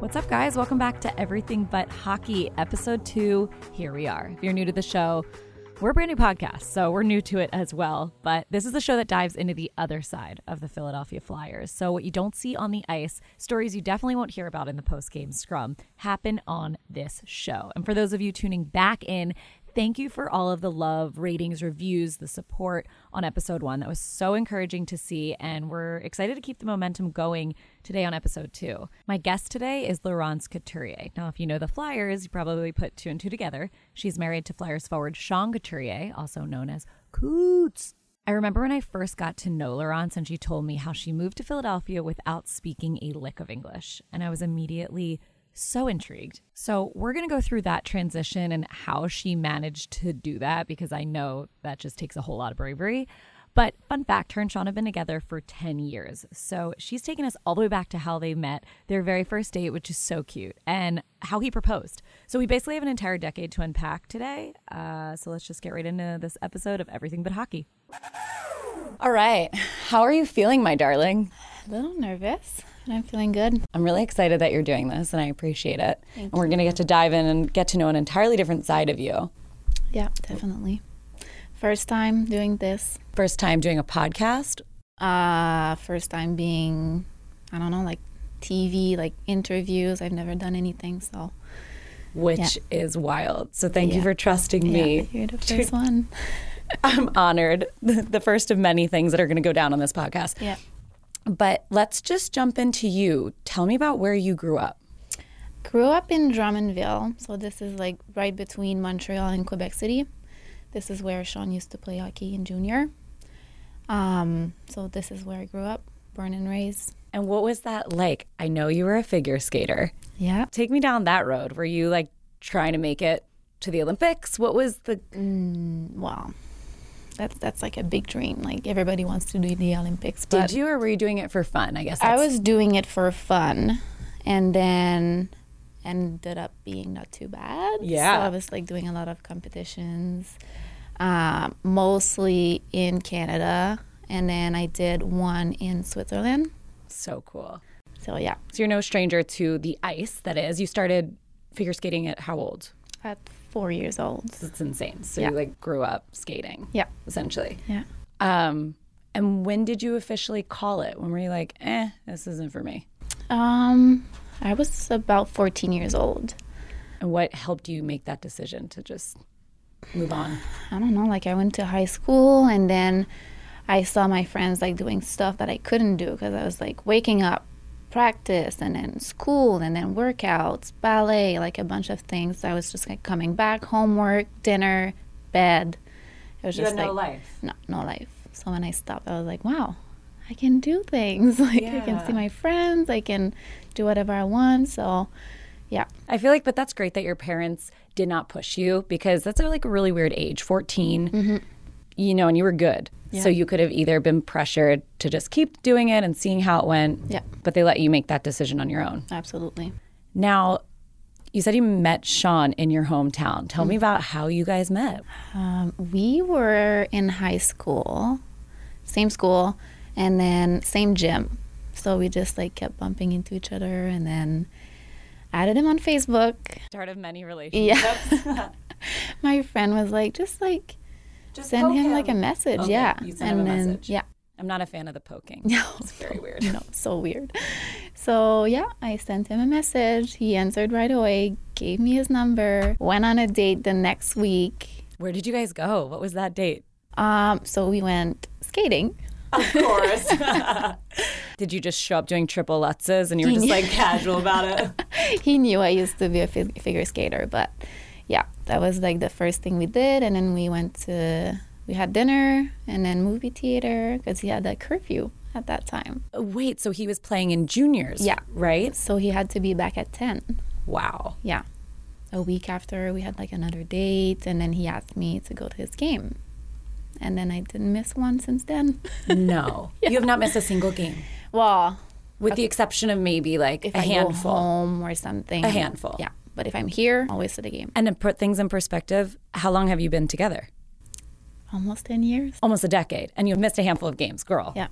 What's up, guys? Welcome back to Everything But Hockey, episode two. Here we are. If you're new to the show, we're a brand new podcast, so we're new to it as well. But this is the show that dives into the other side of the Philadelphia Flyers. So, what you don't see on the ice, stories you definitely won't hear about in the post game scrum, happen on this show. And for those of you tuning back in, Thank you for all of the love, ratings, reviews, the support on episode one. That was so encouraging to see, and we're excited to keep the momentum going today on episode two. My guest today is Laurence Couturier. Now, if you know the Flyers, you probably put two and two together. She's married to Flyers forward Sean Couturier, also known as Coots. I remember when I first got to know Laurence and she told me how she moved to Philadelphia without speaking a lick of English, and I was immediately so intrigued. So, we're going to go through that transition and how she managed to do that because I know that just takes a whole lot of bravery. But, fun fact her and Sean have been together for 10 years. So, she's taken us all the way back to how they met, their very first date, which is so cute, and how he proposed. So, we basically have an entire decade to unpack today. Uh, so, let's just get right into this episode of Everything But Hockey. All right. How are you feeling, my darling? A little nervous, and I'm feeling good. I'm really excited that you're doing this and I appreciate it. and we're going to get to dive in and get to know an entirely different side of you. Yeah, definitely. First time doing this. First time doing a podcast. Uh, first time being, I don't know, like TV, like interviews. I've never done anything, so Which is wild. So thank you Yeah. for trusting yeah, me. you're the first one. I'm honored. The first of many things that are going to go down on this podcast. Yeah. But let's just jump into you. Tell me about where you grew up. Grew up in Drummondville, so this is like right between Montreal and Quebec City. This is where Sean used to play hockey in junior. Um, so this is where I grew up, born and raised. And what was that like? I know you were a figure skater. Yeah. Take me down that road. Were you like trying to make it to the Olympics? What was the Wow. That's that's like a big dream. Like everybody wants to do the Olympics, but Did you or were you doing it for fun? I guess I that's- was doing it for fun, and then ended up being not too bad. Yeah. so I was like doing a lot of competitions, uh, mostly in Canada, and then I did one in Switzerland. so cool. So yeah, So you're no stranger to the ice. That is, you started figure skating at how old? at four years old. It's insane. So Yeah. you like grew up skating. Yeah. essentially. Yeah. Um, and when did you officially call it? When were you like, eh, this isn't for me? Um, I was about fourteen years old. And what helped you make that decision to just move on? I don't know, like I went to high school and then I saw my friends like doing stuff that I couldn't do because I was like waking up, practice, and then school, and then workouts, ballet, like a bunch of things. I was just like coming back, homework, dinner, bed. It was just like life. no, no life. So when I stopped, I was like, wow, I can do things. Like I can see my friends, I can do whatever I want. So yeah, I feel like, but that's great that your parents did not push you because that's a, like a really weird age, 14, Mm-hmm. you know, and you were good. So you could have either been pressured to just keep doing it and seeing how it went, Yeah. but they let you make that decision on your own. absolutely. Now, you said you met Sean in your hometown. Tell Mm-hmm. me about how you guys met. Um, we were in high school, same school, and then same gym. So we just like kept bumping into each other, and then added him on Facebook. Start of many relationships. Yeah. My friend was like, just like send him, like a message. Okay, Yeah. you sent him and a then message. yeah. I'm not a fan of the poking. It's very weird. No, so weird. So yeah, I sent him a message. He answered right away, gave me his number, went on a date the next week. Where did you guys go? What was that date? Um, so we went skating. Of course. did you just show up doing triple lutzes and you were just like casual about it? he knew I used to be a fi- figure skater, but yeah, that was like the first thing we did, and then we went to we had dinner and then movie theater because he had a curfew at that time, Uh, Wait, so he was playing in juniors? Yeah. Right? so he had to be back at ten. Wow. Yeah, a week after we had like another date, and then he asked me to go to his game, and then I didn't miss one since then. No. You have not missed a single game, well, with the exception of maybe like if a I go handful. home or something, A handful. Yeah, but if I'm here, always to the game. And to put things in perspective, how long have you been together? almost 10 years. almost a decade, and you've missed a handful of games, girl. Yeah.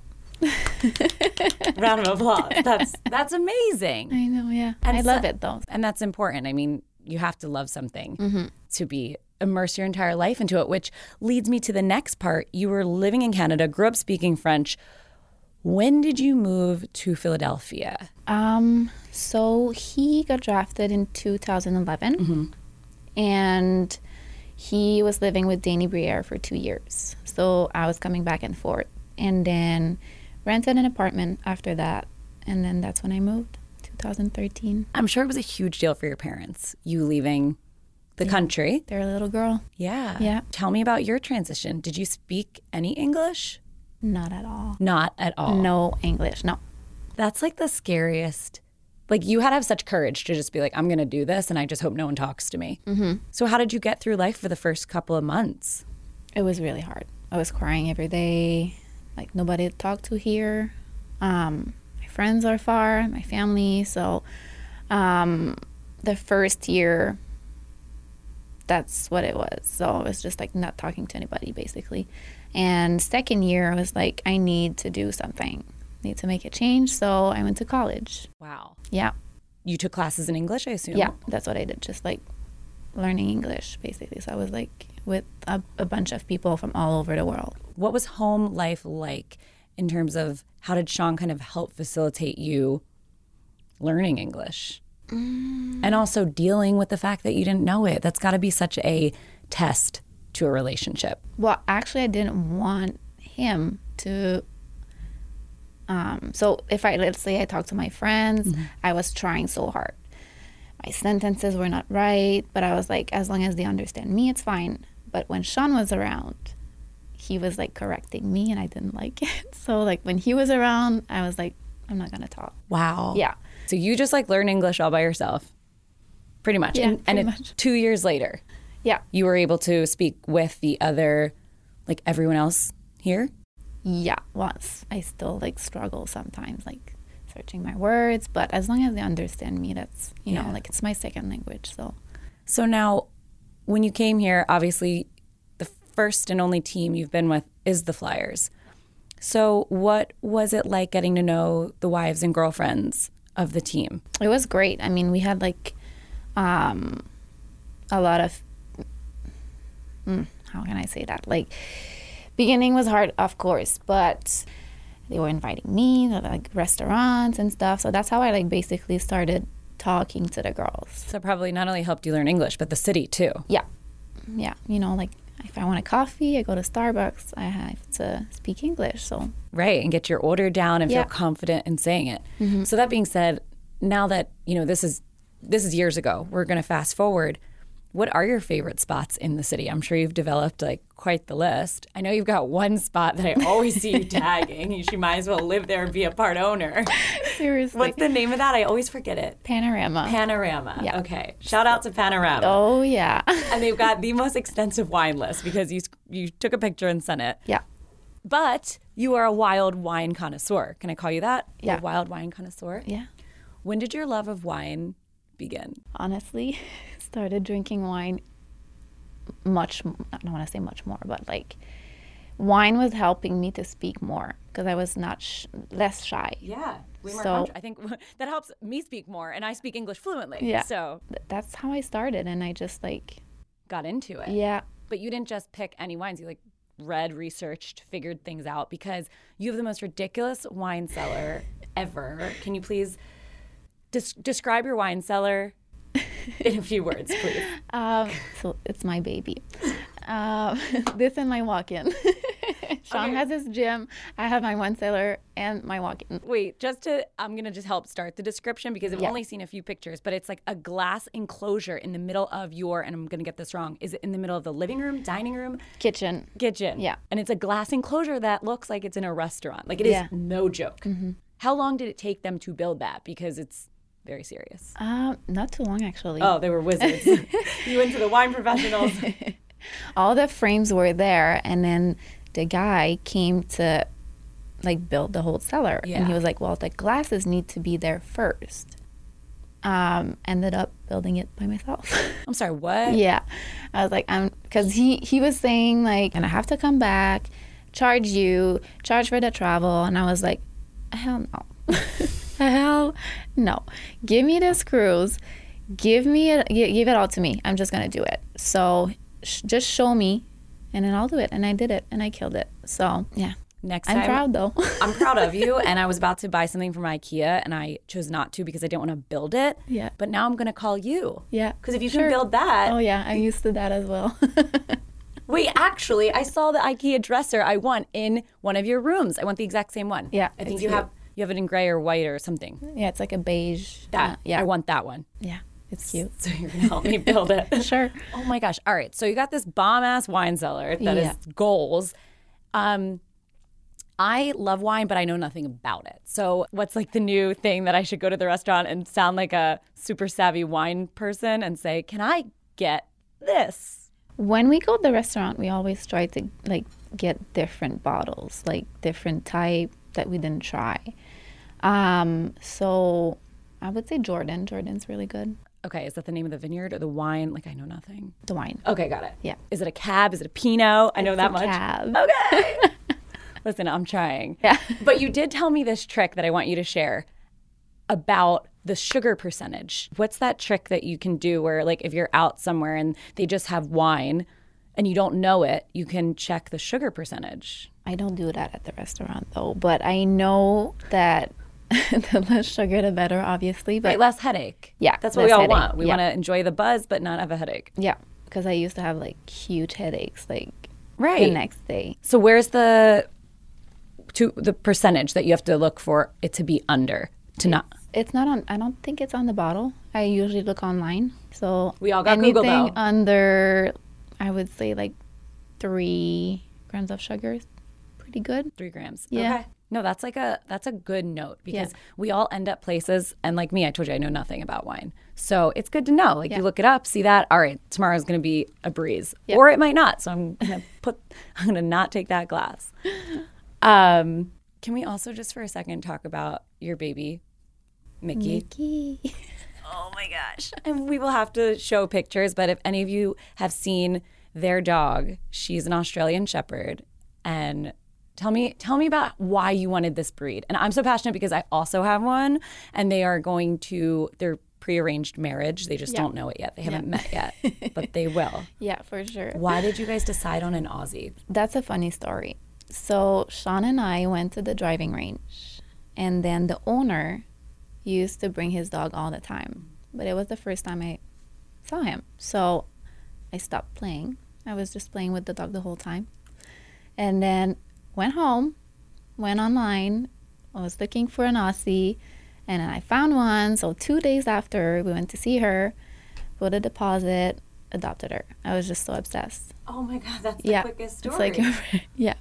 Round of applause. That's that's amazing. I know, yeah. And I so- love it though. and that's important. I mean, you have to love something Mm-hmm. to be immerse your entire life into it, which leads me to the next part. You were living in Canada, grew up speaking French. When did you move to Philadelphia? Um, so he got drafted in 2011, and he was living with Danny Briere for two years. So I was coming back and forth, and then rented an apartment after that, and then that's when I moved, 2013. I'm sure it was a huge deal for your parents, you leaving the country. They're a little girl, Yeah. Yeah. Tell me about your transition. Did you speak any English? not at all. Not at all. No English, no. That's like the scariest. Like you had to have such courage to just be like, I'm going to do this, and I just hope no one talks to me. Mm-hmm. So how did you get through life for the first couple of months? It was really hard. I was crying every day. Like nobody to talk to here. Um, my friends are far, my family. So um, the first year, that's what it was. So it was just like not talking to anybody basically. And second year, I was like, I need to do something. Need to make a change. So I went to college. Wow. Yeah, You took classes in English, I assume. yeah, that's what I did. Just like learning English basically. So I was like with a, a bunch of people from all over the world. What was home life like in terms of how did Sean kind of help facilitate you learning English? And also dealing with the fact that you didn't know it. That's got to be such a test to a relationship. well actually i didn't want him to um so if i let's say i talked to my friends i was trying so hard my sentences were not right but i was like as long as they understand me it's fine but when sean was around he was like correcting me and i didn't like it so like when he was around i was like i'm not gonna talk Wow. yeah So you just like learn English all by yourself, pretty much. Yeah, and and pretty it- two years later, yeah you were able to speak with the other, like everyone else here. yeah once i still like struggle sometimes like searching my words but as long as they understand me that's you know like it's my second language so So now, when you came here, obviously, the first and only team you've been with is the Flyers. So what was it like getting to know the wives and girlfriends of the team? it was great i mean we had like um a lot of mm, how can i say that like beginning was hard of course but they were inviting me to like restaurants and stuff so that's how i like basically started talking to the girls So probably not only helped you learn English, but the city too. Yeah. Yeah. You know, like if I want a coffee, I go to Starbucks, I have to speak English. So, right and get your order down and Yeah. feel confident in saying it so that being said now that you know this is this is years ago we're going to fast forward what are your favorite spots in the city i'm sure you've developed like quite the list i know you've got one spot that i always see you tagging you should might as well live there and be a part owner seriously. what's the name of that i always forget it Panorama. panorama okay shout out to panorama oh, yeah. and they've got the most extensive wine list because you you took a picture and sent it yeah. but you are a wild wine connoisseur. Can I call you that? You're Yeah. A wild wine connoisseur. Yeah. When did your love of wine begin? Honestly, started drinking wine much, m- I don't want to say much more, but like wine was helping me to speak more because I was not sh- less shy. Yeah. We weren't So- contra- I think that helps me speak more, and I speak English fluently. Yeah. So Th- That's how I started. And I just like, got into it. yeah. But you didn't just pick any wines. You like read, researched, figured things out because you have the most ridiculous wine cellar ever. Can you please des- describe your wine cellar in a few words, please? Um, so it's my baby. Um, this and my walk-in. Sean has his gym. I have my one cellar and my walk-in. Wait, just to, I'm going to just help start the description because I've only seen a few pictures, but it's like a glass enclosure in the middle of your, and I'm going to get this wrong, is it in the middle of the living room, dining room, Kitchen. kitchen? Yeah. And it's a glass enclosure that looks like it's in a restaurant. Like it is Yeah. Mm-hmm. no joke. How long did it take them to build that? Because it's very serious. Um, not too long actually. Oh, they were wizards. you went to the wine professionals. All the frames were there, and then the guy came to like build the whole cellar, and Yeah. he was like, "Well, the glasses need to be there first. Um, ended up building it by myself. I'm sorry, what? yeah. I was like, I'm, because he, he was saying, like, and I have to come back, charge you, charge for the travel. And I was like, hell no. hell no. Give me this cruise. Give me it, gi- give it all to me. I'm just going to do it. So sh- just show me and then I'll do it. And I did it and I killed it. So yeah. Next I'm time. proud though. I'm proud of you. And I was about to buy something from IKEA and I chose not to because I didn't want to build it. Yeah. But now I'm going to call you. yeah. Because if you can build that, Oh yeah, I'm used to that as well. wait, actually, I saw the IKEA dresser I want in one of your rooms. I want the exact same one. Yeah, I think it's you cute. have you have it in gray or white or something. yeah, it's like a beige. That uh, yeah. I want that one. yeah. It's cute. So you're gonna help me build it. Sure. Oh my gosh. All right. So you got this bomb ass wine cellar that is Yeah. goals. Um I love wine, but I know nothing about it. So what's like the new thing that I should go to the restaurant and sound like a super savvy wine person and say, Can I get this? When we go to the restaurant, we always try to like get different bottles, like different type that we didn't try. Um, so I would say Jordan. Jordan's really good. Okay, is that the name of the vineyard or the wine? Like I know nothing. The wine. Okay, got it. Yeah. Is it a cab? Is it a Pinot? I know that much. Cab. Listen, I'm trying. Yeah. But you did tell me this trick that I want you to share about the sugar percentage. What's that trick that you can do where, like, if you're out somewhere and they just have wine and you don't know it, you can check the sugar percentage? I don't do that at the restaurant though, but I know that the less sugar the better, obviously. But Right, less headache. Yeah, That's what less we all headache. want. We Yeah. want to enjoy the buzz, but not have a headache. yeah, because I used to have like huge headaches like Right. the next day. So, where's the to the percentage that you have to look for it to be under to not? It's not on. I don't think it's on the bottle. I usually look online. So We all got anything Google, though. under, I would say like three grams of sugar, is pretty good. three grams. Yeah. Okay. No, that's like a that's a good note because we all end up places and like me, I told you I know nothing about wine. So it's good to know. Like you look it up, see that, all right, tomorrow's gonna be a breeze. Or it might not. So I'm gonna put I'm gonna not take that glass. Um can we also just for a second talk about your baby, Mickey? Yee. Oh my gosh. And we will have to show pictures, but if any of you have seen their dog, she's an Australian shepherd and tell me tell me about why you wanted this breed. And I'm so passionate because I also have one and they are going to their prearranged marriage. They just don't know it yet. They haven't met yet, but they will. Yeah, for sure. Why did you guys decide on an Aussie? That's a funny story. So Sean and I went to the driving range, and then the owner used to bring his dog all the time, but it was the first time I saw him. So I stopped playing. I was just playing with the dog the whole time, and then went home, went online. I was looking for an Aussie, and then I found one. So two days after we went to see her, put a deposit, adopted her. I was just so obsessed Oh my god, that's the yeah. quickest It's story. like yeah,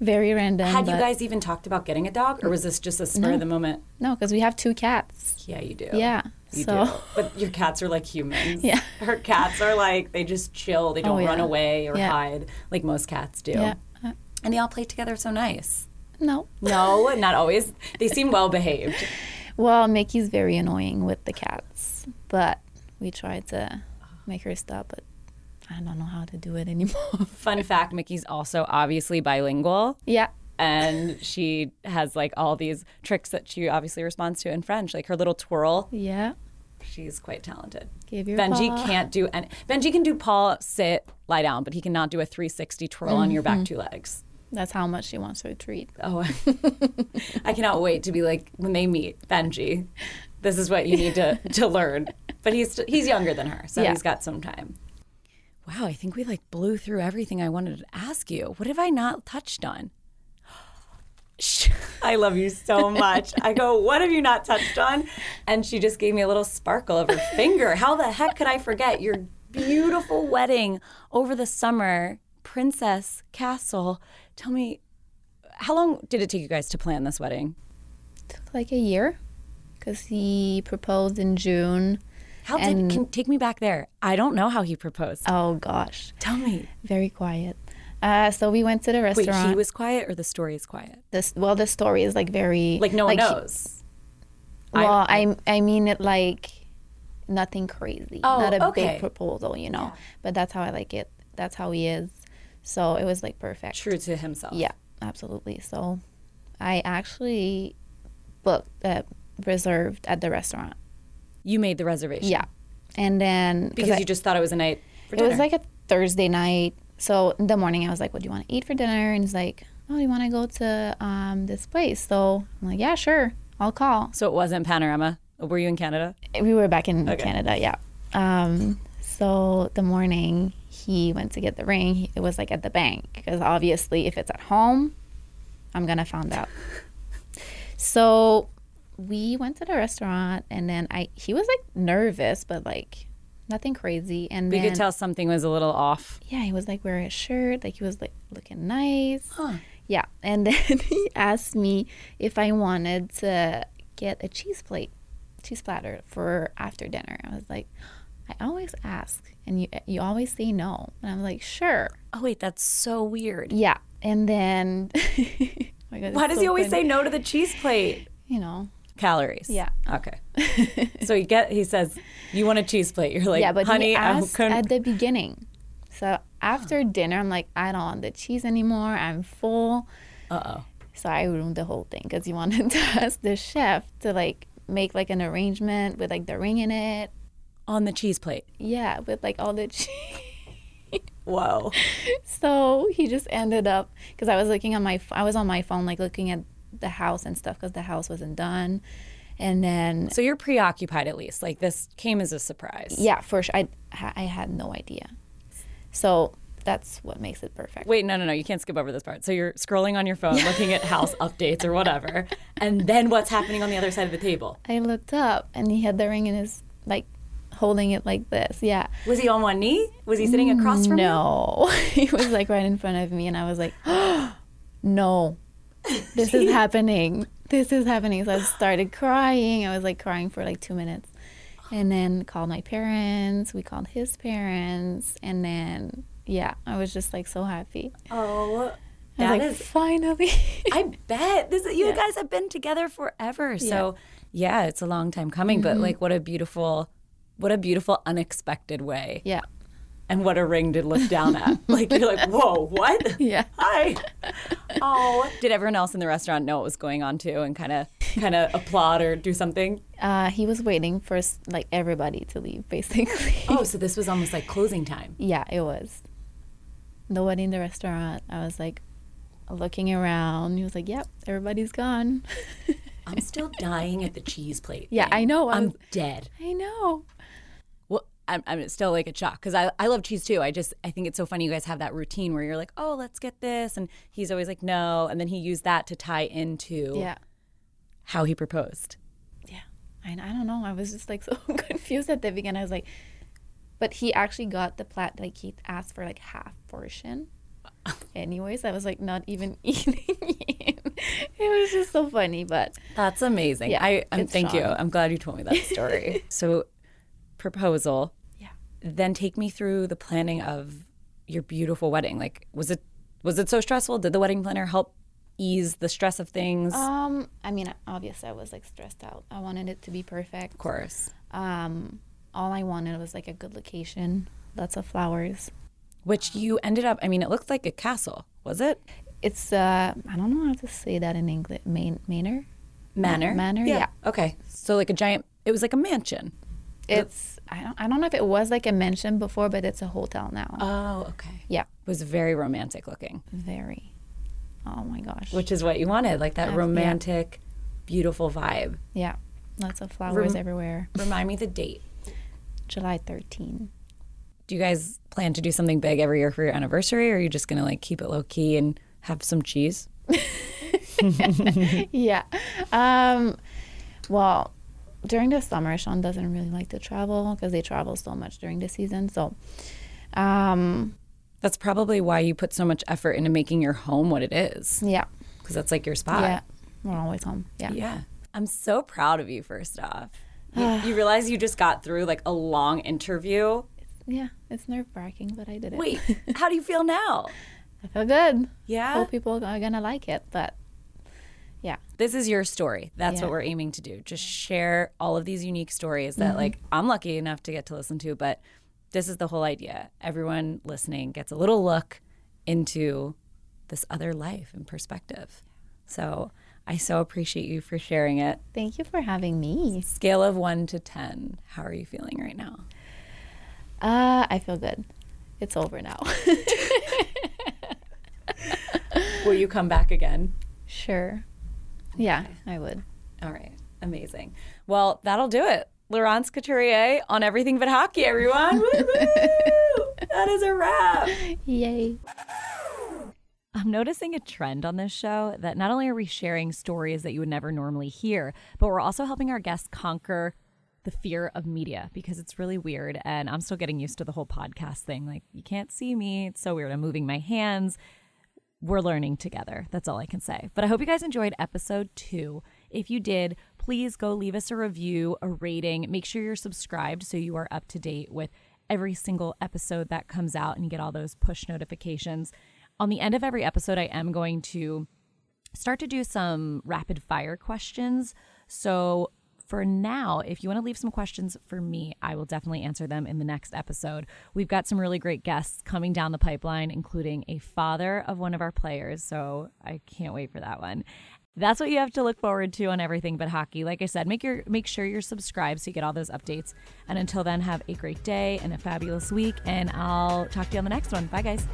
very random. had you but- guys even talked about getting a dog or was this just a spur of the moment? No, because we have two cats. Yeah, you do. Yeah. You so do. But your cats are like humans. Yeah. Oh, Her cats are like, they just chill. They don't yeah. run away or Yeah. hide like most cats do. yeah. Uh, And they all play together so nice. no. No, not always. They seem well behaved. Well, Mickey's very annoying with the cats, but we tried to make her stop, but I don't know how to do it anymore. Fun fact Mickey's also obviously bilingual. yeah. And she has like all these tricks that she obviously responds to in French, like her little twirl. Yeah. She's quite talented. Give your Benji paw. can't do and Benji can do paw, sit, lie down, but he cannot do a 360 twirl on your Mm-hmm. back two legs. That's how much she wants her treat. Oh, I cannot wait to be like when they meet Benji. This is what you need to to learn. But he's he's younger than her, so Yeah. he's got some time. Wow, I think we like blew through everything I wanted to ask you. What have I not touched on? Sh- I love you so much. I go, what have you not touched on? And she just gave me a little sparkle of her finger. How the heck could I forget your beautiful wedding over the summer, Princess Castle? Tell me, how long did it take you guys to plan this wedding? Took like a year because he proposed in June. How And- did can take me back there? I don't know how he proposed. Oh gosh, Tell me. very quiet. Uh, so we went to the Wait, restaurant. he was quiet or the story is quiet? this well, the story is like very Like no one he- knows. I- Well, I, I mean it like nothing crazy, Oh, not a okay. big proposal, you know. But that's how I like it. That's how he is. So it was like perfect. True to himself. Yeah, absolutely. So I actually booked uh, reserved at the restaurant. You made the reservation. Yeah, and then 'cause Because I- you just thought it was a night for it dinner. was like a Thursday night. So in the morning, I was like, "What do you want to eat for dinner?" And he's like, "Oh, you want to go to um, this place?" So I'm like, "Yeah, sure, I'll call." so it wasn't Panorama. Were you in Canada? We were back in Canada, yeah. Um, so the morning he went to get the ring. He, it was like at the bank because obviously, if it's at home, I'm gonna find out. so we went to the restaurant, and then I he was like nervous, but like nothing crazy. And We then, could tell something was a little off. yeah, he was like wearing a shirt, like he was like looking nice. Yeah, and then he asked me if I wanted to get a cheese plate, cheese platter for after dinner. I was like, I always ask, and you you always say no, and I'm like, sure, Oh wait, that's so weird. yeah. And then, oh my God, Why does he always say no to the cheese plate? you know? Calories. Yeah. Okay. so he get he says, "You want a cheese plate?" You're like, yeah, but "Honey, he I'm asked at the beginning. So after dinner, I'm like, I don't want the cheese anymore. I'm full. Uh oh. So I ruined the whole thing because he wanted to ask the chef to like make like an arrangement with like the ring in it. On the cheese plate. Yeah, with like all the cheese. Whoa. So he just ended up because I was looking on my ph- I was on my phone like looking at the house and stuff because the house wasn't done, and then So you're preoccupied at least. Like this came as a surprise. yeah, for sure I ha- I had no idea. So that's what makes it perfect. Wait, no, no, no. You can't skip over this part. So you're scrolling on your phone, looking at house updates or whatever, and then what's happening on the other side of the table? I looked up and he had the ring in his like holding it like this. Yeah. Was he on one knee? Was he sitting across from you? No. he was like right in front of me and I was like, "No. This is happening. This is happening." So I started crying. I was like crying for like 2 minutes. And then called my parents. We called his parents and then yeah, I was just like so happy. Oh, I was that like, is. finally. I bet this. You guys have been together forever, so yeah, it's a long time coming. But Mm-hmm. like, what a beautiful, what a beautiful unexpected way, yeah. and what a ring to look down at. like you're like, whoa, what? Yeah. Hi. Oh, did everyone else in the restaurant know what was going on too, and kind of, kind of applaud or do something? Uh, he was waiting for s- like everybody to leave basically. Oh, so this was almost like closing time. Yeah, it was. The wedding, the restaurant. I was like looking around. He was like, "Yep, everybody's gone." I'm still dying at the cheese plate. Yeah, thing. I know, I I'm was- dead. I know. Well, I'm, I'm still like a shock because I, I love cheese too. I just I think it's so funny you guys have that routine where you're like, oh, let's get this, and he's always like, no, and then he used that to tie into Yeah, how he proposed. yeah. I, I don't know. I was just like so confused at the beginning. I was like, but he actually got the plat. Like he asked for like half portion. Anyways, I was like not even eating. it was just so funny, but That's amazing. Yeah, I I'm, it's thank you. Sean. I'm glad you told me that story. so, proposal. Yeah. Then take me through the planning of your beautiful wedding. Like, was it was it so stressful? Did the wedding planner help ease the stress of things? of um, I mean, obviously, I was like stressed out. I wanted it to be perfect. course. um, all I wanted was like a good location, lots of flowers. Which Um, you ended up. I mean, it looked like a castle. Was it? It's uh, I don't know how to say that in English. Man- manor. Manor. Manor, yeah. Okay. So like a giant. It was like a mansion. It's I don't I don't know if it was like a mention before, but it's a hotel now. Oh, okay. yeah, It was very romantic looking, very. Oh my gosh. which is what you wanted, like that romantic, beautiful vibe. yeah, lots of flowers everywhere. Remind me the date. July 13. Do you guys plan to do something big every year for your anniversary, or are you just gonna like keep it low key and have some cheese? yeah. Um, well, during the summer, Sean doesn't really like to travel because they travel so much during the season. So, um, That's probably why you put so much effort into making your home what it is, yeah, because that's like your spot. yeah, we're always home. Yeah. Yeah. I'm so proud of you, first off. You, you realize you just got through like a long interview. Yeah, it's nerve wracking, but I did it. Wait, how do you feel now? I feel good. Yeah. Hope people are gonna like it, but Yeah. This is your story. That's what Yeah. we're aiming to do. Just share all of these unique stories that, like, I'm lucky enough to get to listen to, but this is the whole idea. Everyone listening gets a little look into this other life and perspective. So I so appreciate you for sharing it. Thank you for having me. Scale of one to 10, how are you feeling right now? Uh, I feel good. It's over now. Will you come back again? sure. Yeah, I would. All right. Amazing. Well, that'll do it. Laurence Couturier on everything but hockey, everyone. Woo-hoo! that is a wrap. Yay. I'm noticing a trend on this show that not only are we sharing stories that you would never normally hear, but we're also helping our guests conquer the fear of media because it's really weird. And I'm still getting used to the whole podcast thing. Like, you can't see me. It's so weird. I'm moving my hands. We're learning together. That's all I can say. But I hope you guys enjoyed episode two. If you did, please go leave us a review, a rating. Make sure you're subscribed so you are up to date with every single episode that comes out and you get all those push notifications. On the end of every episode, I am going to start to do some rapid fire questions. So for now, if you want to leave some questions for me, I will definitely answer them in the next episode. We've got some really great guests coming down the pipeline, including a father of one of our players. So I can't wait for that one. That's what you have to look forward to on everything but hockey. Like I said, make your make sure you're subscribed so you get all those updates. And until then, have a great day and a fabulous week. And I'll talk to you on the next one. Bye guys.